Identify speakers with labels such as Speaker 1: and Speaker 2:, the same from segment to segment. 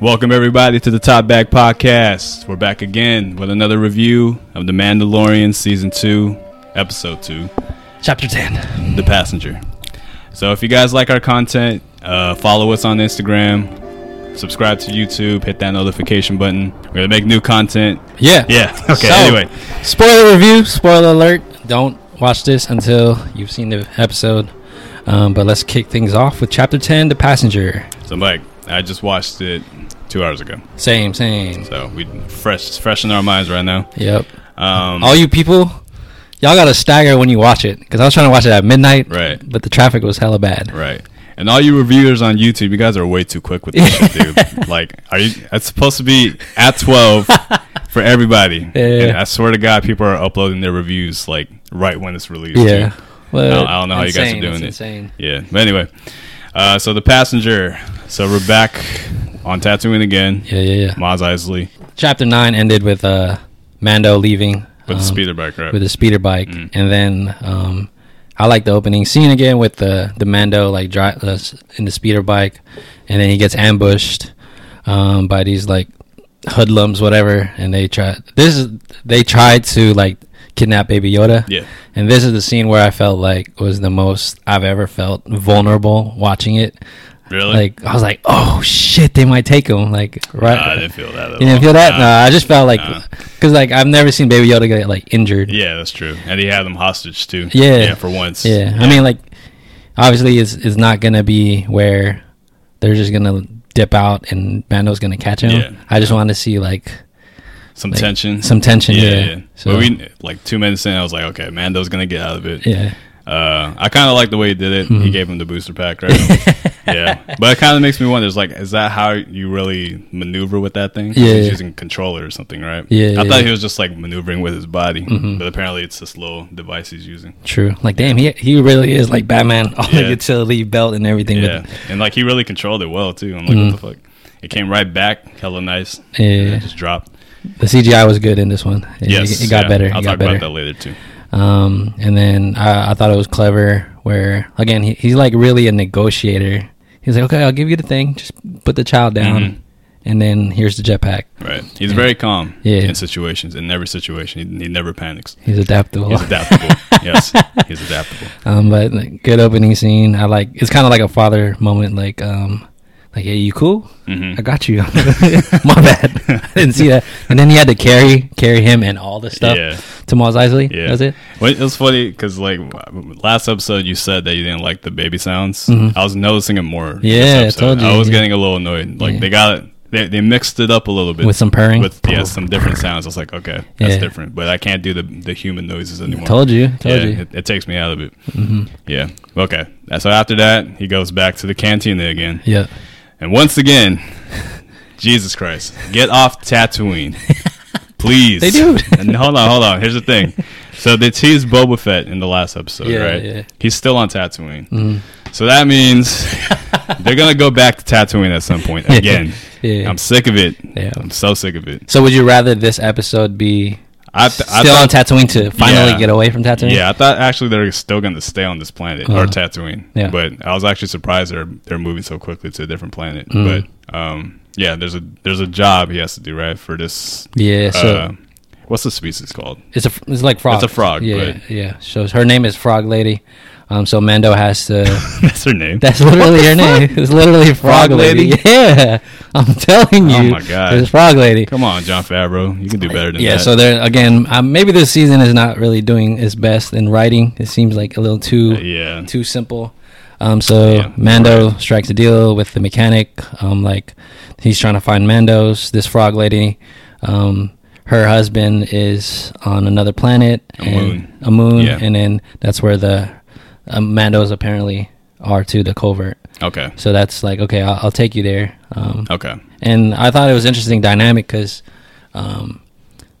Speaker 1: Welcome everybody to the Top Back Podcast. We're back again with another review of The Mandalorian Season 2, Episode 2,
Speaker 2: Chapter 10.
Speaker 1: The Passenger. So if you guys like our content, uh, follow us on Instagram, subscribe to YouTube, hit that notification button. We're gonna make new content.
Speaker 2: Yeah.
Speaker 1: Yeah. Okay.
Speaker 2: So-
Speaker 1: anyway,
Speaker 2: Spoiler review, spoiler alert. Don't watch this until you've seen the episode. Um, but let's kick things off with Chapter 10 The Passenger.
Speaker 1: so Mike, I just watched it two hours ago,
Speaker 2: Same, same.
Speaker 1: so we fresh, it's fresh in our minds right now.
Speaker 2: Yep.
Speaker 1: Um,
Speaker 2: All you people, y'all got to stagger when you watch it. Because I was trying to watch it at midnight.
Speaker 1: Right.
Speaker 2: But the traffic was hella bad.
Speaker 1: Right. And all you reviewers on YouTube, you guys are way too quick with this shit, dude. Like, are you? It's supposed to be at twelve for everybody.
Speaker 2: Yeah.
Speaker 1: And I swear to God, people are uploading their reviews like right when it's released.
Speaker 2: Yeah.
Speaker 1: dude.
Speaker 2: Well,
Speaker 1: I don't- I don't know how you guys are
Speaker 2: insane,
Speaker 1: doing
Speaker 2: it's
Speaker 1: it.
Speaker 2: Insane.
Speaker 1: Yeah. But anyway, uh, so the passenger. So we're back on Tatooine again.
Speaker 2: Yeah, yeah, yeah.
Speaker 1: Maz Eisley
Speaker 2: Chapter 9 ended with uh, Mando leaving.
Speaker 1: with the
Speaker 2: um,
Speaker 1: speeder bike, right? Mm.
Speaker 2: with a speeder bike, and then um, I like the opening scene again with the the Mando like dri uh, s- in the speeder bike, and then he gets ambushed um, by these like hoodlums, whatever, and they try. This is they tried to like kidnap Baby Yoda,
Speaker 1: yeah.
Speaker 2: and this is the scene where I felt like was the most I've ever felt vulnerable watching it.
Speaker 1: Really?
Speaker 2: Like I was like, oh shit, they might take him. Like right.
Speaker 1: Nah, I didn't feel that. At
Speaker 2: you didn't
Speaker 1: all.
Speaker 2: feel that?
Speaker 1: Nah.
Speaker 2: No, I just felt like,
Speaker 1: Nah.
Speaker 2: cause like I've never seen Baby Yoda get like injured.
Speaker 1: Yeah, that's true. And he had them hostage too.
Speaker 2: Yeah.
Speaker 1: Yeah, for once.
Speaker 2: Yeah, I mean, like, obviously, it's it's not gonna be where they're just gonna dip out and Mando's gonna catch him.
Speaker 1: Yeah.
Speaker 2: I just wanted to see like
Speaker 1: some
Speaker 2: like,
Speaker 1: tension.
Speaker 2: some tension. Yeah,
Speaker 1: but
Speaker 2: So
Speaker 1: we like two minutes in, I was like, okay, Mando's gonna get out of it.
Speaker 2: yeah, Mm-hmm.
Speaker 1: Uh, I kind of like the way he did it. He gave him the booster pack, right? yeah, but it kind of makes me wonder. It's like, is that how you really maneuver with that thing? 'Cause
Speaker 2: Yeah,
Speaker 1: he's
Speaker 2: yeah.
Speaker 1: using controller or something, right?
Speaker 2: Yeah,
Speaker 1: I
Speaker 2: yeah,
Speaker 1: thought
Speaker 2: yeah. Mm-hmm.
Speaker 1: he was just like maneuvering with his body, but apparently it's this little device he's using.
Speaker 2: true. Like, damn, he he really is like Batman, all
Speaker 1: Yeah.
Speaker 2: the utility belt and everything.
Speaker 1: Yeah,
Speaker 2: With, Mm-hmm.
Speaker 1: and like he really controlled it well too. I'm like, what the fuck? It came right back, hella nice.
Speaker 2: Yeah.
Speaker 1: and it just dropped.
Speaker 2: the CGI was good in this one. It,
Speaker 1: Yes,
Speaker 2: it, got
Speaker 1: yeah.
Speaker 2: better. It
Speaker 1: I'll
Speaker 2: got
Speaker 1: talk
Speaker 2: better.
Speaker 1: about that later too.
Speaker 2: Um, and then I, I thought it was clever where again he, he's like really a negotiator. He's like, okay, I'll give you the thing, just put the child down,
Speaker 1: Mhm.
Speaker 2: and then here's the jetpack.
Speaker 1: Right, he's very calm
Speaker 2: Yeah.
Speaker 1: in situations. In every situation, he, he never panics.
Speaker 2: He's adaptable.
Speaker 1: He's adaptable. yes, he's adaptable.
Speaker 2: um, but like, good opening scene. I like. It's kind of like a father moment. Like, um, like, hey, you cool?
Speaker 1: hmm
Speaker 2: I got you. My bad. I didn't see that. And then he had to carry carry him and all the stuff
Speaker 1: Yeah.
Speaker 2: to Mos Eisley.
Speaker 1: Yeah.
Speaker 2: Yeah. That's it.
Speaker 1: Well, it was funny because like w- last episode you said that you didn't like the baby sounds. I was noticing it more. this
Speaker 2: Mm-hmm. Yeah, I
Speaker 1: episode.
Speaker 2: told you,
Speaker 1: I was
Speaker 2: yeah.
Speaker 1: getting a little annoyed. Like
Speaker 2: Yeah.
Speaker 1: they got it. They, they mixed it up a little bit
Speaker 2: With some purring?
Speaker 1: With yeah, some different sounds. I was like, okay, that's
Speaker 2: Yeah.
Speaker 1: different. But I can't do the the human noises anymore.
Speaker 2: Told you. Told
Speaker 1: yeah,
Speaker 2: you. Mm-hmm.
Speaker 1: It, it takes me out of it. Yeah. Okay. So after that, he goes back to the cantina again.
Speaker 2: yeah.
Speaker 1: And once again, Jesus Christ, get off Tatooine. Please.
Speaker 2: They do.
Speaker 1: and hold on, hold on. Here's the thing. So they teased Boba Fett in the last episode,
Speaker 2: Yeah,
Speaker 1: right?
Speaker 2: yeah.
Speaker 1: He's still on Tatooine.
Speaker 2: Mm-hmm.
Speaker 1: So that means they're going to go back to Tatooine at some point again.
Speaker 2: Yeah.
Speaker 1: I'm sick of it.
Speaker 2: Yeah.
Speaker 1: I'm so sick of it.
Speaker 2: So would you rather this episode be
Speaker 1: I, th- I
Speaker 2: still on Tatooine to finally
Speaker 1: Yeah.
Speaker 2: get away from Tatooine?
Speaker 1: yeah, I thought actually they're still going to stay on this planet or
Speaker 2: Uh,
Speaker 1: Tatooine.
Speaker 2: yeah.
Speaker 1: But I was actually surprised they're they're moving so quickly to a different planet.
Speaker 2: Mm.
Speaker 1: But um, yeah, there's a there's a job he has to do right for this.
Speaker 2: Yeah. So
Speaker 1: uh, what's the species called?
Speaker 2: it's a it's like frog.
Speaker 1: It's a frog,
Speaker 2: Yeah.
Speaker 1: but-
Speaker 2: Yeah. So her name is Frog Lady. Um. So Mando has to.
Speaker 1: That's her name.
Speaker 2: That's literally her name. It's literally Frog,
Speaker 1: Frog
Speaker 2: Lady.
Speaker 1: Lady?
Speaker 2: Yeah, I'm telling
Speaker 1: Oh
Speaker 2: you.
Speaker 1: my God.
Speaker 2: it's Frog Lady.
Speaker 1: Come on, John Favreau, you can do better than
Speaker 2: Yeah,
Speaker 1: that.
Speaker 2: so there again, um, maybe this season is not really doing its best in writing. It seems like a little too
Speaker 1: Uh, yeah,
Speaker 2: too simple. Um, so
Speaker 1: Yeah,
Speaker 2: Mando strikes a deal with the mechanic. Um, like he's trying to find Mando's this Frog Lady. Um, her husband is on another planet,
Speaker 1: A
Speaker 2: and
Speaker 1: moon.
Speaker 2: a moon,
Speaker 1: Yeah.
Speaker 2: and then that's where the um, Mandos apparently are to the covert.
Speaker 1: okay,
Speaker 2: So that's like, okay, I'll, I'll take you there. Um,
Speaker 1: okay,
Speaker 2: and I thought it was interesting dynamic because, um,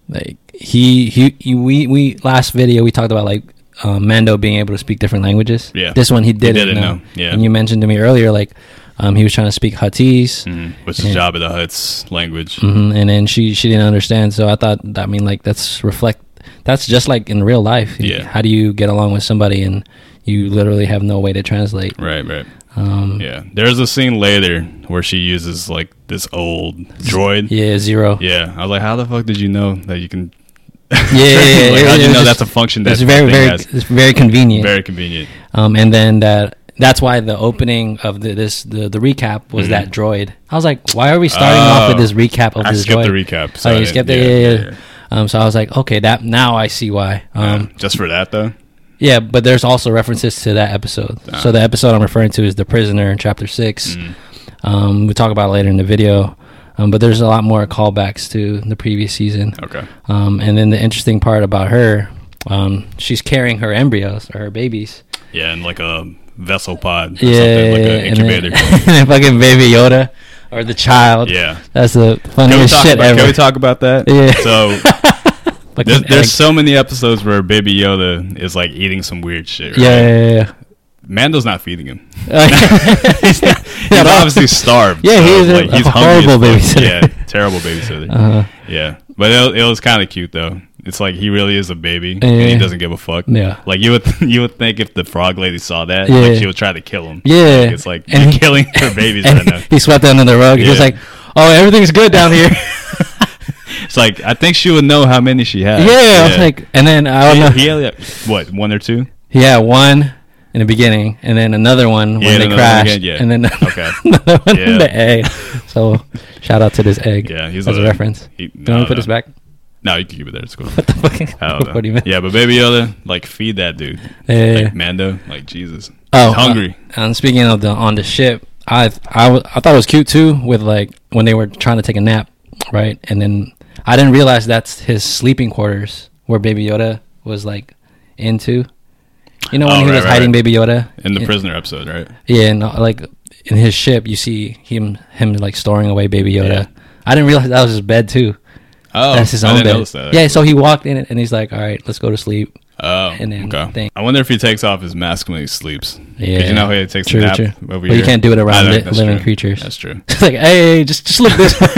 Speaker 2: like he, he he we we last video we talked about like uh, Mando being able to speak different languages.
Speaker 1: Yeah.
Speaker 2: this one he didn't,
Speaker 1: didn't
Speaker 2: know.
Speaker 1: know, yeah.
Speaker 2: and you mentioned to me earlier like um, he was trying to speak Huttese.
Speaker 1: Mhm. which is
Speaker 2: Yeah.
Speaker 1: Job of the Hutt's language.
Speaker 2: hmm And then she she didn't understand, so I thought I mean like that's reflect. That's just like in real life.
Speaker 1: Yeah.
Speaker 2: How do you get along with somebody and you literally have no way to translate.
Speaker 1: Right, right.
Speaker 2: Um, yeah.
Speaker 1: Yeah. There's a scene later where she uses like this old droid. Yeah.
Speaker 2: zero.
Speaker 1: I was like, how the fuck did you know that you can?
Speaker 2: Yeah, yeah, yeah.
Speaker 1: like,
Speaker 2: It-
Speaker 1: how do
Speaker 2: it
Speaker 1: you
Speaker 2: was
Speaker 1: know
Speaker 2: just-
Speaker 1: that's a function that
Speaker 2: it's very,
Speaker 1: thing
Speaker 2: very,
Speaker 1: has?
Speaker 2: it's very convenient.
Speaker 1: Very convenient.
Speaker 2: Um, and then that that's why the opening of the, this the, the recap was that droid. I was like, why are we starting off with
Speaker 1: Mm-hmm. Oh.
Speaker 2: this recap of
Speaker 1: I
Speaker 2: this
Speaker 1: skipped
Speaker 2: droid?
Speaker 1: the recap.
Speaker 2: oh,
Speaker 1: I
Speaker 2: you
Speaker 1: didn't-
Speaker 2: skipped it. Yeah, yeah, yeah. Um, so I was like, okay, that now I see why.
Speaker 1: Yeah.
Speaker 2: Um,
Speaker 1: Just for that though.
Speaker 2: yeah, but there's also references to that episode. So the episode I'm referring to is the prisoner in chapter
Speaker 1: Mm.
Speaker 2: six. Um, we talk about it later in the video. Um, but there's a lot more callbacks to the previous season.
Speaker 1: Okay.
Speaker 2: Um, and then the interesting part about her, um, she's carrying her embryos or her babies.
Speaker 1: Yeah, and like a vessel pod. Or
Speaker 2: yeah,
Speaker 1: something, like
Speaker 2: yeah,
Speaker 1: an
Speaker 2: and then-
Speaker 1: incubator.
Speaker 2: And then fucking Baby Yoda or the child.
Speaker 1: yeah.
Speaker 2: That's the
Speaker 1: Can we,
Speaker 2: funniest
Speaker 1: talk
Speaker 2: shit
Speaker 1: about,
Speaker 2: ever.
Speaker 1: can we talk about that?
Speaker 2: Yeah.
Speaker 1: So
Speaker 2: Fucking
Speaker 1: there's,
Speaker 2: Eric-
Speaker 1: there's so many episodes where Baby Yoda is like eating some weird shit. Right?
Speaker 2: yeah, yeah, yeah.
Speaker 1: Mando's not feeding him.
Speaker 2: yeah.
Speaker 1: he's not- he's
Speaker 2: no.
Speaker 1: obviously starved.
Speaker 2: Yeah,
Speaker 1: so,
Speaker 2: he is a- a
Speaker 1: hungry
Speaker 2: horrible
Speaker 1: as fuck.
Speaker 2: babysitter.
Speaker 1: Yeah, terrible babysitter.
Speaker 2: Uh,
Speaker 1: Yeah, but it, it was kind of cute though. It's like he really is a baby and he
Speaker 2: Yeah.
Speaker 1: doesn't give a fuck.
Speaker 2: Yeah.
Speaker 1: like you would you would think if the frog lady saw that,
Speaker 2: Yeah.
Speaker 1: like she would try to kill him.
Speaker 2: yeah.
Speaker 1: It's like
Speaker 2: And
Speaker 1: you're
Speaker 2: he-
Speaker 1: killing her babies
Speaker 2: and
Speaker 1: right now.
Speaker 2: He swept that under the rug. He was
Speaker 1: Yeah.
Speaker 2: like, "Oh, everything's good down here."
Speaker 1: It's like I think she would know how many she
Speaker 2: yeah,
Speaker 1: has.
Speaker 2: I was like, oh, and then I don't know.
Speaker 1: he, he had, what one or two?
Speaker 2: He had one in the beginning, and then another one
Speaker 1: Yeah,
Speaker 2: when they
Speaker 1: another one
Speaker 2: crashed,
Speaker 1: again, yeah.
Speaker 2: and then
Speaker 1: Okay.
Speaker 2: another one in
Speaker 1: Yeah.
Speaker 2: the egg. So, shout out to this egg.
Speaker 1: Yeah, he's
Speaker 2: as a,
Speaker 1: a-
Speaker 2: reference.
Speaker 1: he-
Speaker 2: Do you want
Speaker 1: no,
Speaker 2: to put
Speaker 1: no.
Speaker 2: this back?
Speaker 1: No, you can keep it there. It's cool.
Speaker 2: What the fuck?
Speaker 1: I don't know.
Speaker 2: What do you mean?
Speaker 1: Yeah, but Baby Yoda, like feed that dude,
Speaker 2: Yeah.
Speaker 1: like Mando, like Jesus.
Speaker 2: Oh,
Speaker 1: He's hungry.
Speaker 2: Uh, and speaking of the on the ship, I I w- I thought it was cute too with like when they were trying to take a nap, right? And then I didn't realize that's his sleeping quarters where Baby Yoda was like into. You know when
Speaker 1: Oh,
Speaker 2: he
Speaker 1: right,
Speaker 2: was
Speaker 1: right,
Speaker 2: hiding
Speaker 1: right.
Speaker 2: Baby Yoda
Speaker 1: in the
Speaker 2: Yeah.
Speaker 1: prisoner episode, right?
Speaker 2: Yeah, and uh, like in his ship, you see him him like storing away Baby Yoda.
Speaker 1: Yeah.
Speaker 2: I didn't realize that was his bed too.
Speaker 1: Oh,
Speaker 2: That's his
Speaker 1: I
Speaker 2: own
Speaker 1: didn't
Speaker 2: bed.
Speaker 1: notice that.
Speaker 2: yeah, so he walked in it and he's like, "All right, let's go to sleep."
Speaker 1: Oh,
Speaker 2: and then
Speaker 1: okay.
Speaker 2: thing.
Speaker 1: I wonder if he takes off his mask when he sleeps. 'Cause
Speaker 2: Yeah,
Speaker 1: you know how he takes
Speaker 2: True,
Speaker 1: a nap
Speaker 2: true.
Speaker 1: over
Speaker 2: But you
Speaker 1: here?
Speaker 2: can't do it around
Speaker 1: I know,
Speaker 2: li-
Speaker 1: that's
Speaker 2: living
Speaker 1: true.
Speaker 2: creatures.
Speaker 1: That's true.
Speaker 2: It's like, "Hey, just just look this." way."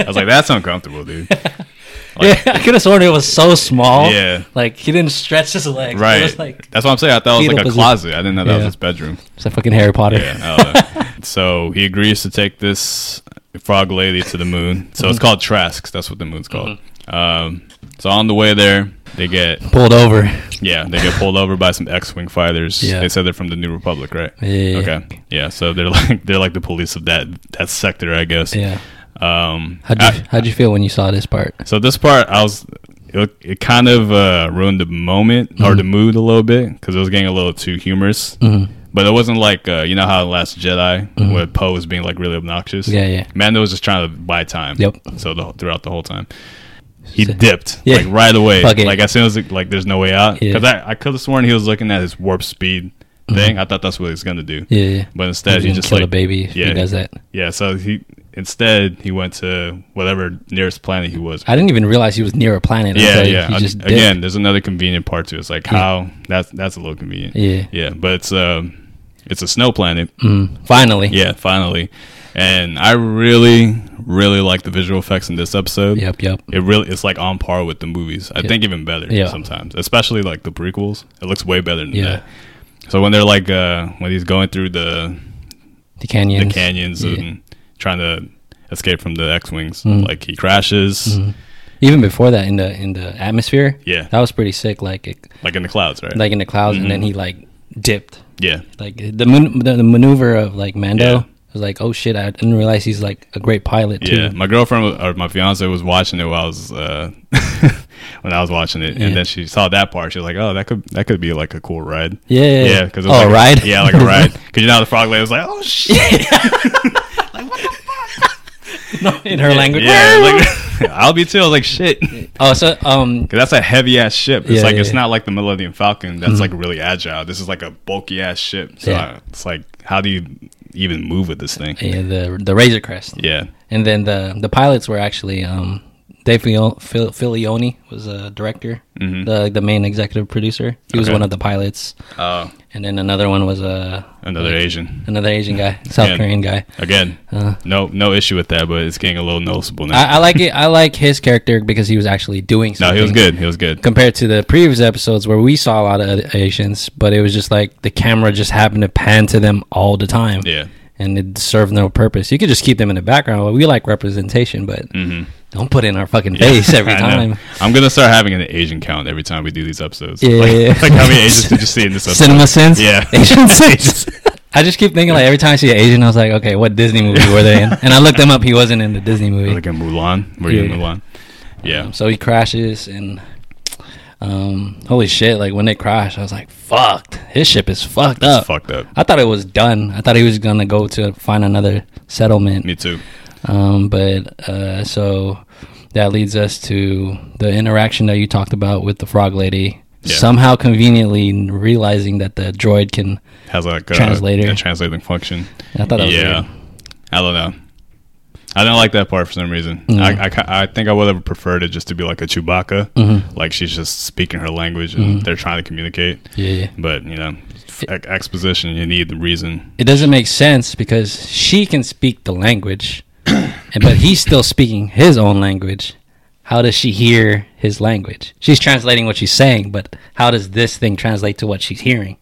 Speaker 1: I was like, that's uncomfortable, dude.
Speaker 2: yeah, I could have sworn it was so small.
Speaker 1: Yeah.
Speaker 2: like he didn't stretch his legs.
Speaker 1: Right.
Speaker 2: it was like
Speaker 1: that's what I'm saying. I thought it was
Speaker 2: fetal
Speaker 1: like a
Speaker 2: position.
Speaker 1: closet. I didn't know that was
Speaker 2: Yeah.
Speaker 1: his bedroom.
Speaker 2: it's like fucking Harry Potter.
Speaker 1: Yeah. I don't know. so he agrees to take this frog lady to the moon. So it's
Speaker 2: Mm-hmm.
Speaker 1: called Trask. That's what the moon's called. Um, so on the way there, they get
Speaker 2: Pulled over.
Speaker 1: yeah, they get pulled over by some X-wing fighters.
Speaker 2: Yeah.
Speaker 1: They said they're from the New Republic, right?
Speaker 2: Yeah.
Speaker 1: Okay. Yeah. So they're like they're like the police of that that sector, I guess.
Speaker 2: Yeah.
Speaker 1: Um.
Speaker 2: How'd you
Speaker 1: I-
Speaker 2: How'd you feel when you saw this part?
Speaker 1: so this part, I was it, it kind of uh, ruined the moment or the mood a little bit because it was getting a little too humorous.
Speaker 2: Mm-hmm.
Speaker 1: But it wasn't like uh, you know how in Last Jedi where Poe was being like really obnoxious.
Speaker 2: Yeah, yeah.
Speaker 1: Mando was just trying to buy time.
Speaker 2: Yep.
Speaker 1: So the, throughout the whole time. He
Speaker 2: So-
Speaker 1: dipped
Speaker 2: Yeah.
Speaker 1: like right away,
Speaker 2: Fuck it.
Speaker 1: like as soon as it, like there's no way out.
Speaker 2: Yeah.
Speaker 1: Because I, I could have sworn he was looking at his warp speed thing. I thought that's what he was gonna do,
Speaker 2: Yeah, yeah.
Speaker 1: but instead
Speaker 2: He's
Speaker 1: he
Speaker 2: gonna
Speaker 1: just
Speaker 2: kill
Speaker 1: like
Speaker 2: a baby if
Speaker 1: yeah.
Speaker 2: he does that.
Speaker 1: yeah. So he instead he went to whatever nearest planet he was.
Speaker 2: I didn't even realize he was near a planet.
Speaker 1: Yeah,
Speaker 2: until
Speaker 1: yeah.
Speaker 2: He
Speaker 1: Ag-
Speaker 2: just dipped.
Speaker 1: Again, there's another convenient part to it. It's like how that's that's a little convenient.
Speaker 2: Yeah.
Speaker 1: yeah. But it's um, it's a snow planet.
Speaker 2: Mm, finally.
Speaker 1: Yeah, finally. And I really, really like the visual effects in this episode.
Speaker 2: Yep. Yep.
Speaker 1: It really, it's like on par with the movies. I think even better
Speaker 2: Yeah.
Speaker 1: sometimes, especially like the prequels. It looks way better than
Speaker 2: Yeah.
Speaker 1: that. So when they're like, uh, when he's going through the
Speaker 2: The
Speaker 1: the
Speaker 2: canyons.
Speaker 1: canyons
Speaker 2: Yeah. Mm.
Speaker 1: and trying to escape from the X wings, like he crashes,
Speaker 2: Mm-hmm. Even before that, in the in the atmosphere.
Speaker 1: Yeah.
Speaker 2: That was pretty sick. Like it,
Speaker 1: like in the clouds, right? Mm-hmm.
Speaker 2: like in the clouds, and then he like dipped.
Speaker 1: yeah,
Speaker 2: Like the man, the, the maneuver of like Mando
Speaker 1: Yeah.
Speaker 2: was like, oh shit! I didn't realize he's like a great pilot too.
Speaker 1: Yeah, my girlfriend wa- or my fiance was watching it while I was uh, when I was watching it,
Speaker 2: Yeah.
Speaker 1: and then she saw that part. She was like, "Oh, that could that could be like a cool ride."
Speaker 2: Yeah, yeah,
Speaker 1: yeah,
Speaker 2: yeah.
Speaker 1: because
Speaker 2: Oh, a ride?
Speaker 1: Yeah, like a ride. Because you know how the frog lady was like, "Oh shit!"
Speaker 2: in her language.
Speaker 1: Yeah, like, I'll be too. I was like, "Shit," because
Speaker 2: Oh, so um,
Speaker 1: that's a heavy ass ship. It's
Speaker 2: Yeah,
Speaker 1: like
Speaker 2: yeah,
Speaker 1: it's
Speaker 2: yeah. Mm-hmm.
Speaker 1: not like the Millennium Falcon. That's like really agile. This is like a bulky ass ship. So
Speaker 2: Yeah.
Speaker 1: I- it's like, how do you even move with this thing?
Speaker 2: yeah, the the Razor Crest,
Speaker 1: Yeah,
Speaker 2: and then the the pilots were actually um Dave Filio- Fil- Filioni was a director,
Speaker 1: Mhm.
Speaker 2: the the main executive producer. He was
Speaker 1: Okay.
Speaker 2: one of the pilots,
Speaker 1: Oh,
Speaker 2: and then another one was a
Speaker 1: another Asian.
Speaker 2: another Asian guy, South
Speaker 1: Yeah.
Speaker 2: Korean guy.
Speaker 1: Again,
Speaker 2: Uh,
Speaker 1: no no issue with that, but it's getting a little noticeable now.
Speaker 2: I, I like it. I like his character because he was actually doing.
Speaker 1: no,
Speaker 2: Something.
Speaker 1: he was good. He was good.
Speaker 2: compared to the previous episodes where we saw a lot of Asians, but it was just like the camera just happened to pan to them all the time,
Speaker 1: Yeah.
Speaker 2: and it served no purpose. You could just keep them in the background. We like representation, but
Speaker 1: Mm-hmm.
Speaker 2: don't put it in our fucking face every time.
Speaker 1: I'm gonna start having an Asian count every time we do these episodes.
Speaker 2: Yeah.
Speaker 1: Like, like how many Asians did you see in this episode?
Speaker 2: Cinema sense,
Speaker 1: Yeah.
Speaker 2: Asian sense. I just keep thinking like every time I see an Asian, I was like, okay, what Disney movie were they in? And I looked him up. He wasn't in the Disney movie.
Speaker 1: Like in Mulan. Were you in
Speaker 2: Yeah.
Speaker 1: Mulan? Yeah.
Speaker 2: Um, so he crashes and um, holy shit! Like when it crashed, I was like, "Fucked! His ship is fucked
Speaker 1: It's
Speaker 2: up."
Speaker 1: fucked up.
Speaker 2: I thought it was done. I thought he was gonna go to find another settlement.
Speaker 1: Me too.
Speaker 2: Um, but uh, so that leads us to the interaction that you talked about with the frog lady.
Speaker 1: Yeah.
Speaker 2: Somehow, conveniently realizing that the droid can.
Speaker 1: Has like a
Speaker 2: Translator.
Speaker 1: a translating function.
Speaker 2: I thought that was
Speaker 1: yeah.
Speaker 2: weird.
Speaker 1: I don't know. I didn't like that part for some reason.
Speaker 2: Mm.
Speaker 1: I, I, ca- I think I would have preferred it just to be like a Chewbacca,
Speaker 2: Mhm.
Speaker 1: like she's just speaking her language and
Speaker 2: Mm.
Speaker 1: they're trying to communicate.
Speaker 2: Yeah, yeah.
Speaker 1: But you know, f- ex- exposition, you need the reason.
Speaker 2: It doesn't make sense because she can speak the language, and- but he's still speaking his own language. How does she hear his language? She's translating what she's saying, but how does this thing translate to what she's hearing?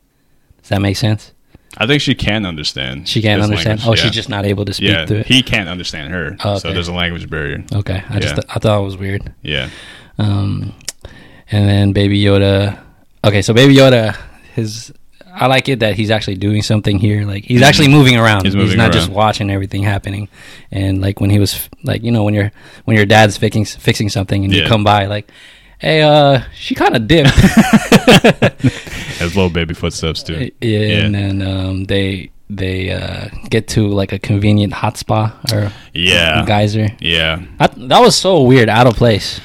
Speaker 2: Does that make sense?
Speaker 1: I think she can understand.
Speaker 2: She can't
Speaker 1: his
Speaker 2: understand.
Speaker 1: language,
Speaker 2: oh, she's just not able to speak
Speaker 1: yeah.
Speaker 2: through
Speaker 1: Yeah,
Speaker 2: it.
Speaker 1: he can't understand her,
Speaker 2: Oh,
Speaker 1: so
Speaker 2: okay.
Speaker 1: there's a language barrier.
Speaker 2: okay, I just
Speaker 1: Yeah.
Speaker 2: I thought it was weird.
Speaker 1: Yeah,
Speaker 2: Um, and then Baby Yoda. Okay, so Baby Yoda, his I like it that he's actually doing something here. Like he's actually moving around.
Speaker 1: He's
Speaker 2: He's,
Speaker 1: moving
Speaker 2: not just
Speaker 1: around.
Speaker 2: watching everything happening. And like when he was f- like you know when your when your dad's fixing fixing something and
Speaker 1: Yeah.
Speaker 2: you come by like, hey, uh, she kind of dipped.
Speaker 1: has little baby footsteps too.
Speaker 2: yeah, and
Speaker 1: Yeah.
Speaker 2: then um, they they uh, get to like a convenient hot spa or
Speaker 1: Yeah,
Speaker 2: geyser.
Speaker 1: yeah.
Speaker 2: I, that was so weird, out of place.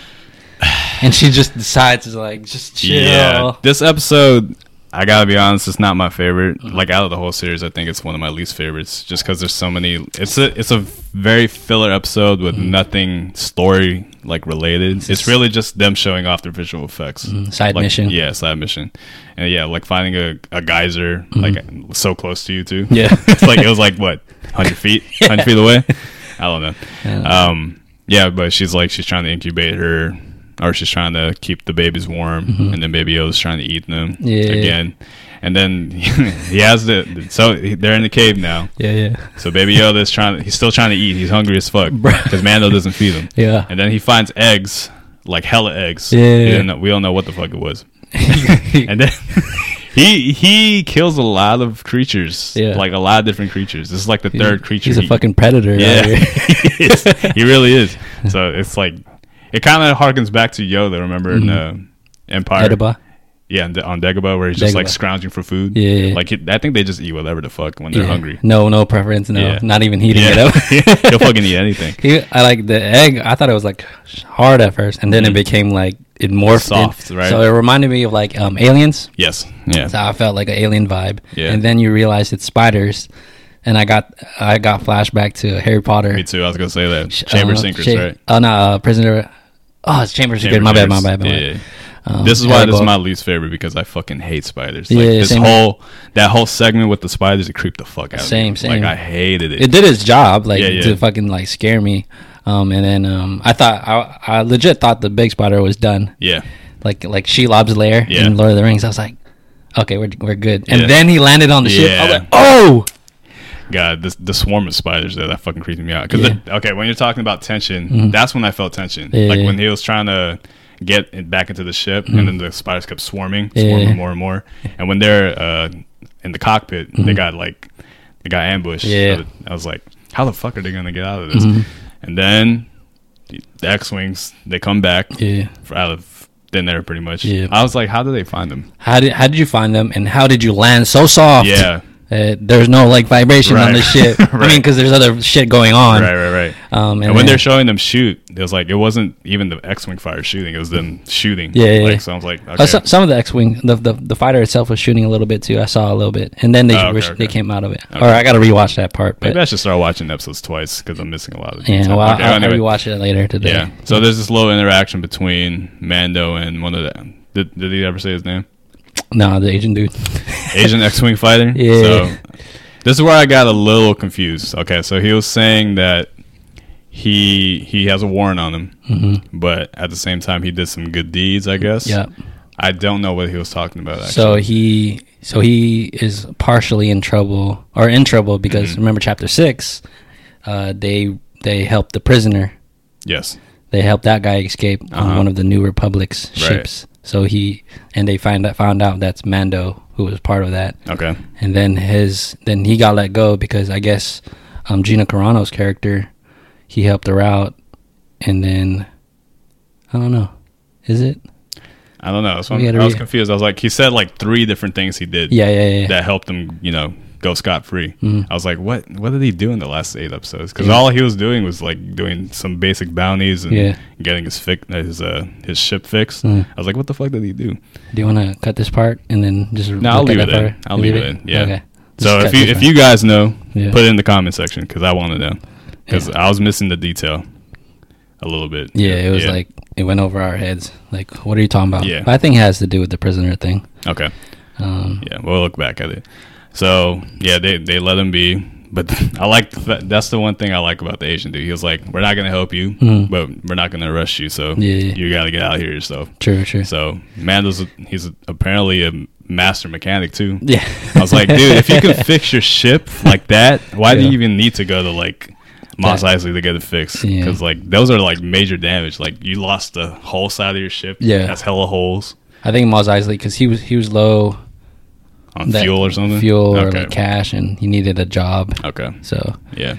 Speaker 2: And she just decides to like just chill.
Speaker 1: this episode, I gotta be honest, it's not my favorite.
Speaker 2: Mm-hmm.
Speaker 1: Like out of the whole series, I think it's one of my least favorites, just because there's so many. It's a it's a very filler episode with
Speaker 2: Mm-hmm.
Speaker 1: nothing story like related. It's, really just them showing off their visual effects.
Speaker 2: Side
Speaker 1: Like,
Speaker 2: mission.
Speaker 1: yeah, side mission, and yeah, like finding a, a geyser like so close to you too.
Speaker 2: Mm-hmm. Yeah.
Speaker 1: it's like it was like what hundred feet, hundred feet away. I don't know. Um, yeah, but she's like she's trying to incubate her, or she's trying to keep the babies warm, and then Baby Yoda's trying to eat them
Speaker 2: Mm-hmm. Yeah.
Speaker 1: again. And then he has the so they're in the cave now.
Speaker 2: Yeah, yeah.
Speaker 1: So Baby Yoda's trying. He's still trying to eat. He's hungry as fuck
Speaker 2: Bruh.
Speaker 1: because Mando doesn't feed him.
Speaker 2: Yeah.
Speaker 1: And then he finds eggs, like hella eggs.
Speaker 2: Yeah.
Speaker 1: He didn't know- we don't know what the fuck it was. and then he he kills a lot of creatures.
Speaker 2: Yeah.
Speaker 1: Like a lot of different creatures. This is like the third creature.
Speaker 2: He's a
Speaker 1: he-
Speaker 2: fucking predator.
Speaker 1: Yeah.
Speaker 2: Yeah.
Speaker 1: he, is. He really is. So it's like it kind of harkens back to Yoda. Remember in uh,
Speaker 2: Mm-hmm.
Speaker 1: Empire?
Speaker 2: Edaba.
Speaker 1: Yeah, on De- on Dagobah, where he's just like
Speaker 2: Dagobah.
Speaker 1: scrounging for food.
Speaker 2: Yeah, yeah, yeah.
Speaker 1: Like he- I think they just eat whatever the fuck when they're
Speaker 2: Yeah.
Speaker 1: hungry.
Speaker 2: No, no preference. No,
Speaker 1: Yeah.
Speaker 2: not even heating
Speaker 1: Yeah.
Speaker 2: it up.
Speaker 1: He'll fucking eat anything.
Speaker 2: He, I like the egg. I thought it was like hard at first, and then it became like it morphed.
Speaker 1: Mm-hmm. Soft,
Speaker 2: in-
Speaker 1: right?
Speaker 2: So it reminded me of like um, aliens.
Speaker 1: Yes. Yeah.
Speaker 2: So I felt like an alien vibe.
Speaker 1: Yeah.
Speaker 2: And then you realize it's spiders, and I got I got flashback to Harry Potter.
Speaker 1: Me too. I was gonna say that. Chamber
Speaker 2: Uh,
Speaker 1: sinkers,
Speaker 2: Cha-
Speaker 1: right?
Speaker 2: Oh no, uh, prisoner. Oh, it's chamber sinkers.
Speaker 1: Chamber
Speaker 2: My bad, my
Speaker 1: sinkers.
Speaker 2: bad, my bad.
Speaker 1: Yeah.
Speaker 2: Um,
Speaker 1: this is why this is
Speaker 2: Edible.
Speaker 1: my least favorite because I fucking hate spiders.
Speaker 2: Yeah,
Speaker 1: Like
Speaker 2: yeah,
Speaker 1: this
Speaker 2: same
Speaker 1: whole that whole segment with the spiders, it creeped the fuck out. of me.
Speaker 2: Same, same.
Speaker 1: Like I hated it.
Speaker 2: it did its job, like
Speaker 1: Yeah, yeah.
Speaker 2: to fucking like scare me. Um, and then um, I thought I, I legit thought the big spider was done,
Speaker 1: yeah.
Speaker 2: like like Shelob's lair
Speaker 1: Yeah.
Speaker 2: in Lord of the Rings. I was like, okay, we're we're good. And
Speaker 1: Yeah.
Speaker 2: then he landed on the ship. I was
Speaker 1: Yeah.
Speaker 2: like, oh,
Speaker 1: God, this, the swarm of spiders there, that fucking creeped me out. Because okay, when you're talking about tension, that's when I felt tension.
Speaker 2: Mm-hmm. Yeah,
Speaker 1: like
Speaker 2: yeah. Mm-hmm.
Speaker 1: when he was trying to get it back into the ship, and then the spiders kept swarming,
Speaker 2: Yeah,
Speaker 1: swarming
Speaker 2: yeah.
Speaker 1: more and more. And when they're uh, in the cockpit, they got like they got ambushed.
Speaker 2: Mm-hmm. Yeah. Mm-hmm.
Speaker 1: So I was like, how the fuck are they gonna get out of this? And then the X-wings, they come back
Speaker 2: yeah.
Speaker 1: f- out of thin air, pretty much.
Speaker 2: Yeah.
Speaker 1: I was like, how do they find them?
Speaker 2: How did how did you find them, and how did you land so soft?
Speaker 1: Yeah,
Speaker 2: Uh, there's no like vibration on
Speaker 1: Right.
Speaker 2: the shit. I mean,
Speaker 1: Right.
Speaker 2: because there's other shit going on.
Speaker 1: Right, right, right.
Speaker 2: Um,
Speaker 1: and when
Speaker 2: then-
Speaker 1: they're showing them shoot, it was like it wasn't even the X-wing fire shooting; it was them shooting.
Speaker 2: Yeah, yeah,
Speaker 1: like,
Speaker 2: yeah.
Speaker 1: So I was like, okay.
Speaker 2: Uh, so, some of the X-wing, the, the the fighter itself was shooting a little bit too. I saw a little bit, and then they
Speaker 1: Oh, okay,
Speaker 2: res- they
Speaker 1: okay.
Speaker 2: came out of it. Or I got to rewatch that part. But
Speaker 1: Maybe I should start watching episodes twice because I'm missing a lot of.
Speaker 2: yeah,
Speaker 1: detail.
Speaker 2: well,
Speaker 1: Okay,
Speaker 2: I'll,
Speaker 1: anyway.
Speaker 2: I'll rewatch it later today.
Speaker 1: Yeah. So there's this little interaction between Mando and one of the. Did, did he ever say his name?
Speaker 2: No, the Asian dude.
Speaker 1: Asian X-wing fighter.
Speaker 2: Yeah.
Speaker 1: So this is where I got a little confused. Okay, so he was saying that he he has a warrant on him,
Speaker 2: Mm-hmm.
Speaker 1: but at the same time he did some good deeds. I guess.
Speaker 2: Yep.
Speaker 1: I don't know what he was talking about. Actually.
Speaker 2: So he so he is partially in trouble or in trouble because
Speaker 1: Mm-hmm.
Speaker 2: remember chapter six, uh, they they helped the prisoner.
Speaker 1: yes.
Speaker 2: They helped that guy escape on
Speaker 1: Uh-huh.
Speaker 2: one of the New Republic's
Speaker 1: Right.
Speaker 2: ships. So he and they find out, found out that's Mando who was part of that,
Speaker 1: Okay.
Speaker 2: and then his then he got let go because I guess um, Gina Carano's character he helped her out, and then I don't know, is it?
Speaker 1: I don't know. That's
Speaker 2: We
Speaker 1: why
Speaker 2: gotta
Speaker 1: I was
Speaker 2: re-
Speaker 1: confused. I was like, he said like three different things he did
Speaker 2: Yeah, yeah, Mm-hmm. yeah.
Speaker 1: that Mm-hmm. helped him, you know, go scot free. I was like, what? What did he do in the last eight episodes? Because all he was doing was like doing some basic bounties and
Speaker 2: Yeah.
Speaker 1: getting his fi- his uh, his ship fixed.
Speaker 2: Mm.
Speaker 1: I was like, what the fuck did he do?
Speaker 2: Do you want to cut this part and then just
Speaker 1: No, I'll leave it in. I'll leave it in. Yeah. So if you if you guys know,
Speaker 2: Yeah.
Speaker 1: put it in the comment section because I want to know because I was missing the detail a little bit.
Speaker 2: yeah, it was like it went over our heads. Like, what are you talking about?
Speaker 1: Yeah.
Speaker 2: But I think it has to do with the prisoner thing.
Speaker 1: okay.
Speaker 2: Um,
Speaker 1: Yeah, we'll look back at it. So yeah, they they let him be. But I like the fa- that's the one thing I like about the Asian dude. He was like, "We're not gonna help you, but we're not gonna rush you. So
Speaker 2: Hmm. Yeah, yeah.
Speaker 1: you gotta get out here yourself."
Speaker 2: true, true.
Speaker 1: So Mando's a- he's apparently a master mechanic too.
Speaker 2: yeah,
Speaker 1: I was like, dude, if you can fix your ship like that, why do
Speaker 2: Yeah.
Speaker 1: you even need to go to like Mos Eisley to get it fixed?
Speaker 2: Yeah.
Speaker 1: Because like those are like major damage. Like you lost the whole side of your ship.
Speaker 2: Yeah.
Speaker 1: that's hella holes
Speaker 2: I think Mos Eisley because he was he was low
Speaker 1: on
Speaker 2: that-
Speaker 1: fuel or something.
Speaker 2: fuel or
Speaker 1: okay.
Speaker 2: like cash, and he needed a job.
Speaker 1: Okay.
Speaker 2: So
Speaker 1: Yeah,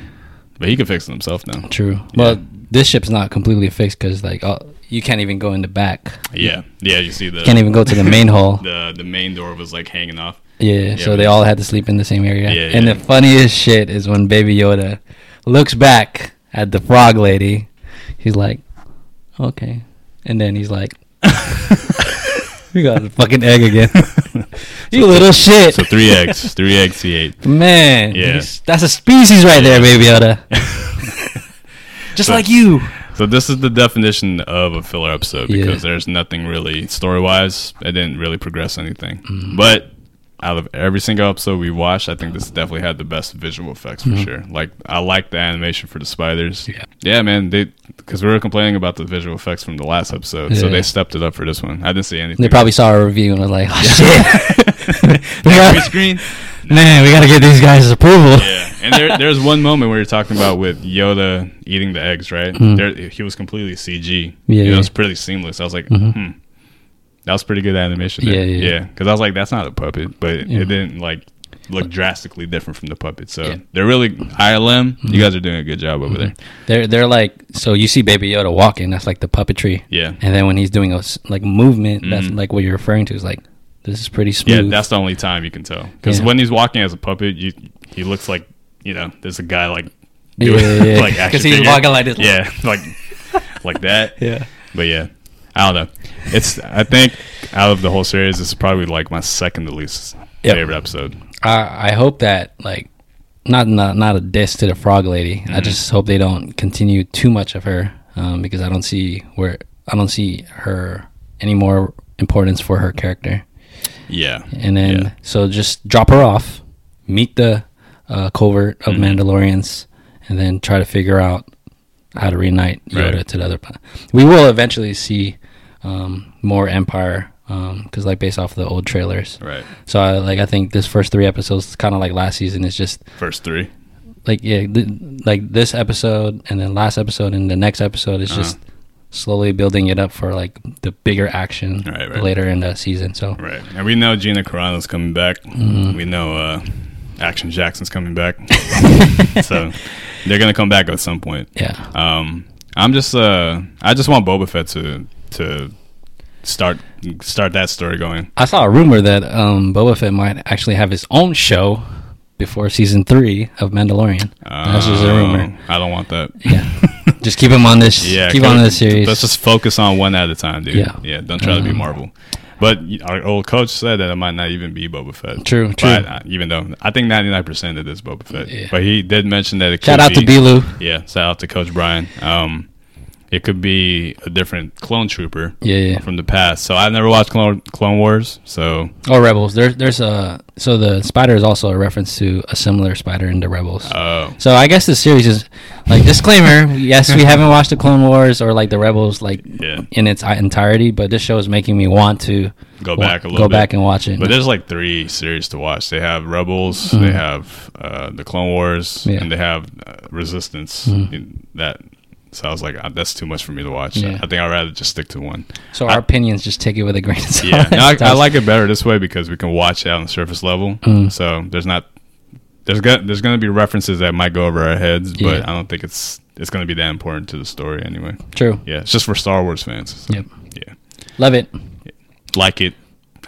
Speaker 1: but he can fix it himself now.
Speaker 2: true. Well, this ship's not completely fixed because like uh, you can't even go in the back.
Speaker 1: Yeah, yeah. You see the
Speaker 2: Can't even go to the main hall.
Speaker 1: the the main door was like hanging off.
Speaker 2: Yeah, so
Speaker 1: but
Speaker 2: they all had to sleep in the same area.
Speaker 1: Yeah,
Speaker 2: and
Speaker 1: yeah.
Speaker 2: the funniest shit is when Baby Yoda looks back at the frog lady. He's like, okay. And then he's like, we got the fucking egg again. you little shit.
Speaker 1: So three eggs, three eggs he ate.
Speaker 2: Man.
Speaker 1: Yeah.
Speaker 2: he's- That's a species right there, Baby Yoda. Just
Speaker 1: So-
Speaker 2: like you.
Speaker 1: So this is the definition of a filler episode
Speaker 2: Yeah.
Speaker 1: because there's nothing really story wise. It didn't really progress anything.
Speaker 2: Mm.
Speaker 1: But out of every single episode we watched, I think this definitely had the best visual effects for sure. Like I like the animation for the spiders.
Speaker 2: Mm-hmm. Yeah.
Speaker 1: man. They because we were complaining about the visual effects from the last episode, so
Speaker 2: Yeah.
Speaker 1: they stepped it up for this one. I didn't see
Speaker 2: They
Speaker 1: anything.
Speaker 2: probably saw our review and was like, oh, shit. we
Speaker 1: Green
Speaker 2: got,
Speaker 1: screen.
Speaker 2: man, we got to get these guys approval.
Speaker 1: Yeah, and there, there's one moment where you're talking about with Yoda eating the eggs, right? There, he was completely CG.
Speaker 2: Hmm.
Speaker 1: Yeah,
Speaker 2: Yeah, yeah. Mm-hmm.
Speaker 1: it was pretty seamless. I was like, hmm, that was pretty good animation.
Speaker 2: Yeah,
Speaker 1: There.
Speaker 2: yeah, yeah.
Speaker 1: yeah. Because I was like, that's not a puppet, but
Speaker 2: Yeah.
Speaker 1: it didn't like look drastically different from the puppet. So they're really ILM.
Speaker 2: Mm-hmm.
Speaker 1: You guys are doing a good job over there.
Speaker 2: They're they're like so you see Baby Yoda walking. That's like the puppetry.
Speaker 1: Yeah.
Speaker 2: And then when he's doing a s- like movement, that's like what you're referring to. Is like this is pretty
Speaker 1: Mm-hmm. Yeah,
Speaker 2: smooth.
Speaker 1: that's the only time you can tell. Because
Speaker 2: Yeah.
Speaker 1: when he's walking as a puppet, you he looks like you know there's a guy like
Speaker 2: Yeah,
Speaker 1: doing
Speaker 2: yeah, yeah.
Speaker 1: like
Speaker 2: 'Cause
Speaker 1: action
Speaker 2: he's
Speaker 1: figure.
Speaker 2: walking like this.
Speaker 1: Yeah, like like that.
Speaker 2: yeah.
Speaker 1: But yeah, I don't know. It's I think out of the whole series, this is probably like my second to least
Speaker 2: Yep.
Speaker 1: favorite episode.
Speaker 2: I I hope that like not not not a diss to the frog lady.
Speaker 1: Mm-hmm.
Speaker 2: I just hope they don't continue too much of her um, because I don't see where I don't see her any more importance for her character.
Speaker 1: Yeah,
Speaker 2: And then
Speaker 1: Yeah.
Speaker 2: so just drop her off, meet the uh, covert of
Speaker 1: Mm-hmm.
Speaker 2: Mandalorians, and then try to figure out how to reunite Yoda
Speaker 1: Right.
Speaker 2: to the other planet. We will eventually see um, more Empire because, like, based off the old trailers.
Speaker 1: right.
Speaker 2: So, I, like, I think this first three episodes, kind of like last season, is just
Speaker 1: First three.
Speaker 2: like yeah, th- like this episode and then last episode and the next episode
Speaker 1: Uh-huh.
Speaker 2: is just slowly building it up for like the bigger action
Speaker 1: Right, right.
Speaker 2: later in the season. So,
Speaker 1: Right, and we know Gina Carano's coming back.
Speaker 2: Mm-hmm.
Speaker 1: We know uh, Action Jackson's coming back. so they're gonna come back at some point.
Speaker 2: yeah,
Speaker 1: Um, I'm just uh, I just want Boba Fett to to start start that story going.
Speaker 2: I saw a rumor that um, Boba Fett might actually have his own show before season three of Mandalorian. That's just a rumor.
Speaker 1: Um, I don't want that.
Speaker 2: Yeah, just keep him on this.
Speaker 1: Yeah,
Speaker 2: keep on
Speaker 1: coach,
Speaker 2: this series.
Speaker 1: Let's just focus on one at a time, dude.
Speaker 2: Yeah. Uh-huh.
Speaker 1: Yeah, don't try to be Marvel. But our old coach said that it might not even be Boba Fett.
Speaker 2: True,
Speaker 1: But
Speaker 2: true.
Speaker 1: I- even though I think ninety nine percent of this Boba Fett,
Speaker 2: Yeah.
Speaker 1: but he did mention that it
Speaker 2: Shout
Speaker 1: could
Speaker 2: out to
Speaker 1: be,
Speaker 2: Bilu.
Speaker 1: Yeah, shout out to Coach Brian. Um, it could be a different clone trooper
Speaker 2: Yeah, yeah.
Speaker 1: from the past. So I've never watched Clone Clone Wars, so
Speaker 2: Oh, Rebels. There's there's a so the spider is also a reference to a similar spider in the Rebels.
Speaker 1: uh,
Speaker 2: so I guess this series is like disclaimer. yes, we haven't watched the Clone Wars or like the Rebels like
Speaker 1: yeah,
Speaker 2: in its entirety, but this show is making me want to
Speaker 1: go
Speaker 2: wa-
Speaker 1: back a little
Speaker 2: go back
Speaker 1: bit.
Speaker 2: and watch it.
Speaker 1: But there's like three series to watch. They have Rebels, they have uh, the Clone Wars,
Speaker 2: Mm-hmm. Yeah. Mm-hmm.
Speaker 1: and they have uh, Resistance. In that so I was like, uh, that's too much for me to watch.
Speaker 2: Yeah.
Speaker 1: I think I'd rather just stick to one.
Speaker 2: so
Speaker 1: I-
Speaker 2: our opinions just take it with a grain of salt.
Speaker 1: Yeah, no, I, I like it better this way because we can watch it on the surface level.
Speaker 2: Mm.
Speaker 1: So there's not there's got there's gonna be references that might go over our heads, but
Speaker 2: Yeah.
Speaker 1: I don't think it's it's gonna be that important to the story anyway.
Speaker 2: True.
Speaker 1: Yeah, it's just for Star Wars fans. So,
Speaker 2: Yep.
Speaker 1: Yeah,
Speaker 2: Love it.
Speaker 1: like it.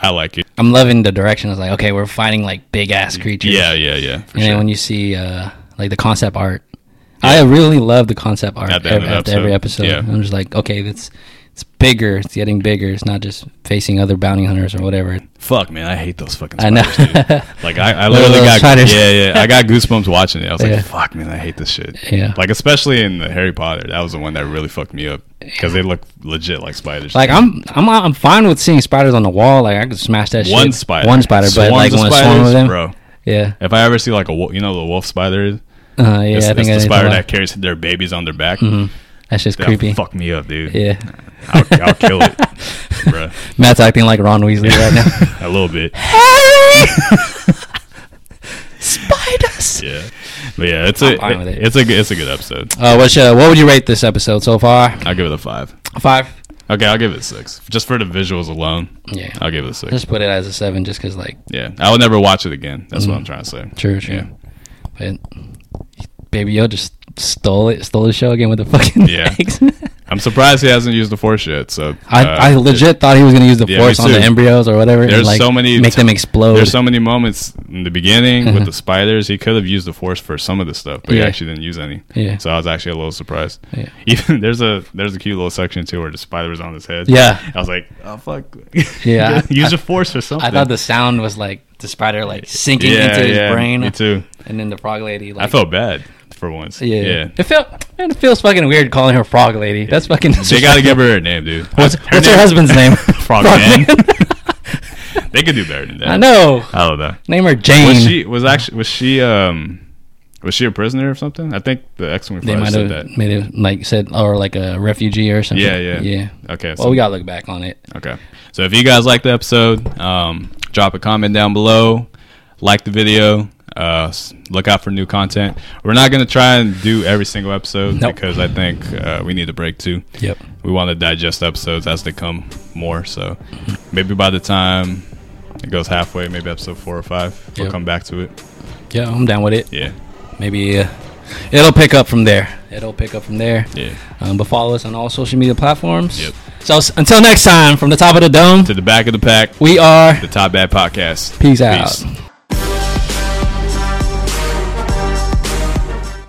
Speaker 1: I like it.
Speaker 2: I'm loving the direction. I was like, okay, we're fighting like big ass creatures.
Speaker 1: Yeah, yeah, yeah. For
Speaker 2: and then
Speaker 1: sure.
Speaker 2: when you see uh, like the concept art, I really love the concept art
Speaker 1: At the
Speaker 2: ev-
Speaker 1: end of the
Speaker 2: after every episode.
Speaker 1: episode. Yeah.
Speaker 2: I'm just like, okay, that's it's bigger. It's getting bigger. It's not just facing other bounty hunters or whatever.
Speaker 1: Fuck man, I hate those fucking.
Speaker 2: I know.
Speaker 1: Spiders, dude. Like I, I
Speaker 2: Little-
Speaker 1: literally
Speaker 2: little
Speaker 1: got
Speaker 2: spiders.
Speaker 1: yeah, yeah. I got goosebumps watching it. I was
Speaker 2: Yeah.
Speaker 1: like, fuck man, I hate this shit.
Speaker 2: Yeah.
Speaker 1: Like especially in the Harry Potter, that was the one that really fucked me up because they look legit like spiders.
Speaker 2: Like I'm, I'm, I'm fine with seeing spiders on the wall. Like I could smash that shit.
Speaker 1: one spider,
Speaker 2: one spider, but
Speaker 1: Swarms
Speaker 2: like
Speaker 1: of
Speaker 2: when it's swarm of them,
Speaker 1: bro.
Speaker 2: yeah,
Speaker 1: If I ever see like a wolf, you know the wolf spider is.
Speaker 2: uh, yeah.
Speaker 1: it's,
Speaker 2: I
Speaker 1: it's
Speaker 2: think
Speaker 1: the
Speaker 2: I
Speaker 1: spider
Speaker 2: spider
Speaker 1: that carries their babies on their back.
Speaker 2: That's just
Speaker 1: That'll
Speaker 2: Mm-hmm. creepy.
Speaker 1: Fuck me up, dude.
Speaker 2: Yeah,
Speaker 1: I'll, I'll kill it, bro.
Speaker 2: Matt's acting like Ron Weasley right now.
Speaker 1: A little bit.
Speaker 2: Spiders.
Speaker 1: Yeah. But yeah, it's
Speaker 2: I'm
Speaker 1: a
Speaker 2: fine with it.
Speaker 1: it's a good- it's a good episode.
Speaker 2: Uh, what's, uh, what would you rate this episode so far?
Speaker 1: I'll give it a five.
Speaker 2: Five.
Speaker 1: Okay, I'll give it six. Just for the visuals alone,
Speaker 2: Yeah.
Speaker 1: I'll give it a six.
Speaker 2: Just put it as a seven, just because like
Speaker 1: Yeah, I will never watch it again. That's what I'm trying to say.
Speaker 2: true, true.
Speaker 1: Yeah.
Speaker 2: But Baby Yo just stole it, stole the show again with the fucking
Speaker 1: Yeah. Uh,
Speaker 2: eggs.
Speaker 1: I'm surprised he hasn't used the force yet. So
Speaker 2: I,
Speaker 1: uh,
Speaker 2: I legit thought he was gonna use the
Speaker 1: yeah, me
Speaker 2: force on the
Speaker 1: too.
Speaker 2: embryos or whatever, and
Speaker 1: There's
Speaker 2: like
Speaker 1: so many
Speaker 2: make
Speaker 1: t-
Speaker 2: them explode.
Speaker 1: There's so many moments in the beginning
Speaker 2: Uh-huh.
Speaker 1: with the spiders. He could have used the force for some of the stuff, but
Speaker 2: Yeah.
Speaker 1: he actually didn't use any.
Speaker 2: Yeah.
Speaker 1: So I was actually a little surprised.
Speaker 2: Yeah.
Speaker 1: Even there's a there's a cute little section too where the spider was on his head.
Speaker 2: Yeah.
Speaker 1: I was like, oh fuck.
Speaker 2: Yeah, I-
Speaker 1: use the force for something.
Speaker 2: I thought the sound was like the spider like sinking
Speaker 1: yeah,
Speaker 2: into his
Speaker 1: yeah,
Speaker 2: brain,
Speaker 1: Me too.
Speaker 2: and then the frog lady. Like,
Speaker 1: I felt bad for once.
Speaker 2: yeah,
Speaker 1: Yeah.
Speaker 2: It felt man, it feels fucking weird calling her frog lady. That's fucking.
Speaker 1: They gotta give her a name, dude.
Speaker 2: What's, what's her
Speaker 1: name-
Speaker 2: husband's name?
Speaker 1: Frogman. they could do better than that.
Speaker 2: I know.
Speaker 1: I don't know.
Speaker 2: Name her Jane.
Speaker 1: Was she was actually was she um was she a prisoner or something? I think the X Wing
Speaker 2: they
Speaker 1: flies
Speaker 2: might
Speaker 1: said
Speaker 2: have
Speaker 1: that.
Speaker 2: made it like said or like a refugee or something.
Speaker 1: Yeah, yeah.
Speaker 2: yeah.
Speaker 1: Okay. So,
Speaker 2: Well, we gotta look back on it.
Speaker 1: okay. So if you guys like the episode, um, drop a comment down below, like the video, uh, s- look out for new content. We're not gonna try and do every single episode
Speaker 2: Nope.
Speaker 1: because I think uh, we need a break too.
Speaker 2: Yep.
Speaker 1: We want to digest episodes as they come more. So maybe by the time it goes halfway, maybe episode four or five, we'll
Speaker 2: Yep.
Speaker 1: come back to it.
Speaker 2: Yeah, I'm down with it.
Speaker 1: Yeah.
Speaker 2: Maybe uh, it'll pick up from there. It'll pick up from there.
Speaker 1: Yeah.
Speaker 2: Um, but follow us on all social media platforms.
Speaker 1: Yep.
Speaker 2: So s- until next time, from the top of the dome,
Speaker 1: To the back of the pack,
Speaker 2: we are
Speaker 1: the Top Bad Podcast.
Speaker 2: peace out.
Speaker 1: Peace.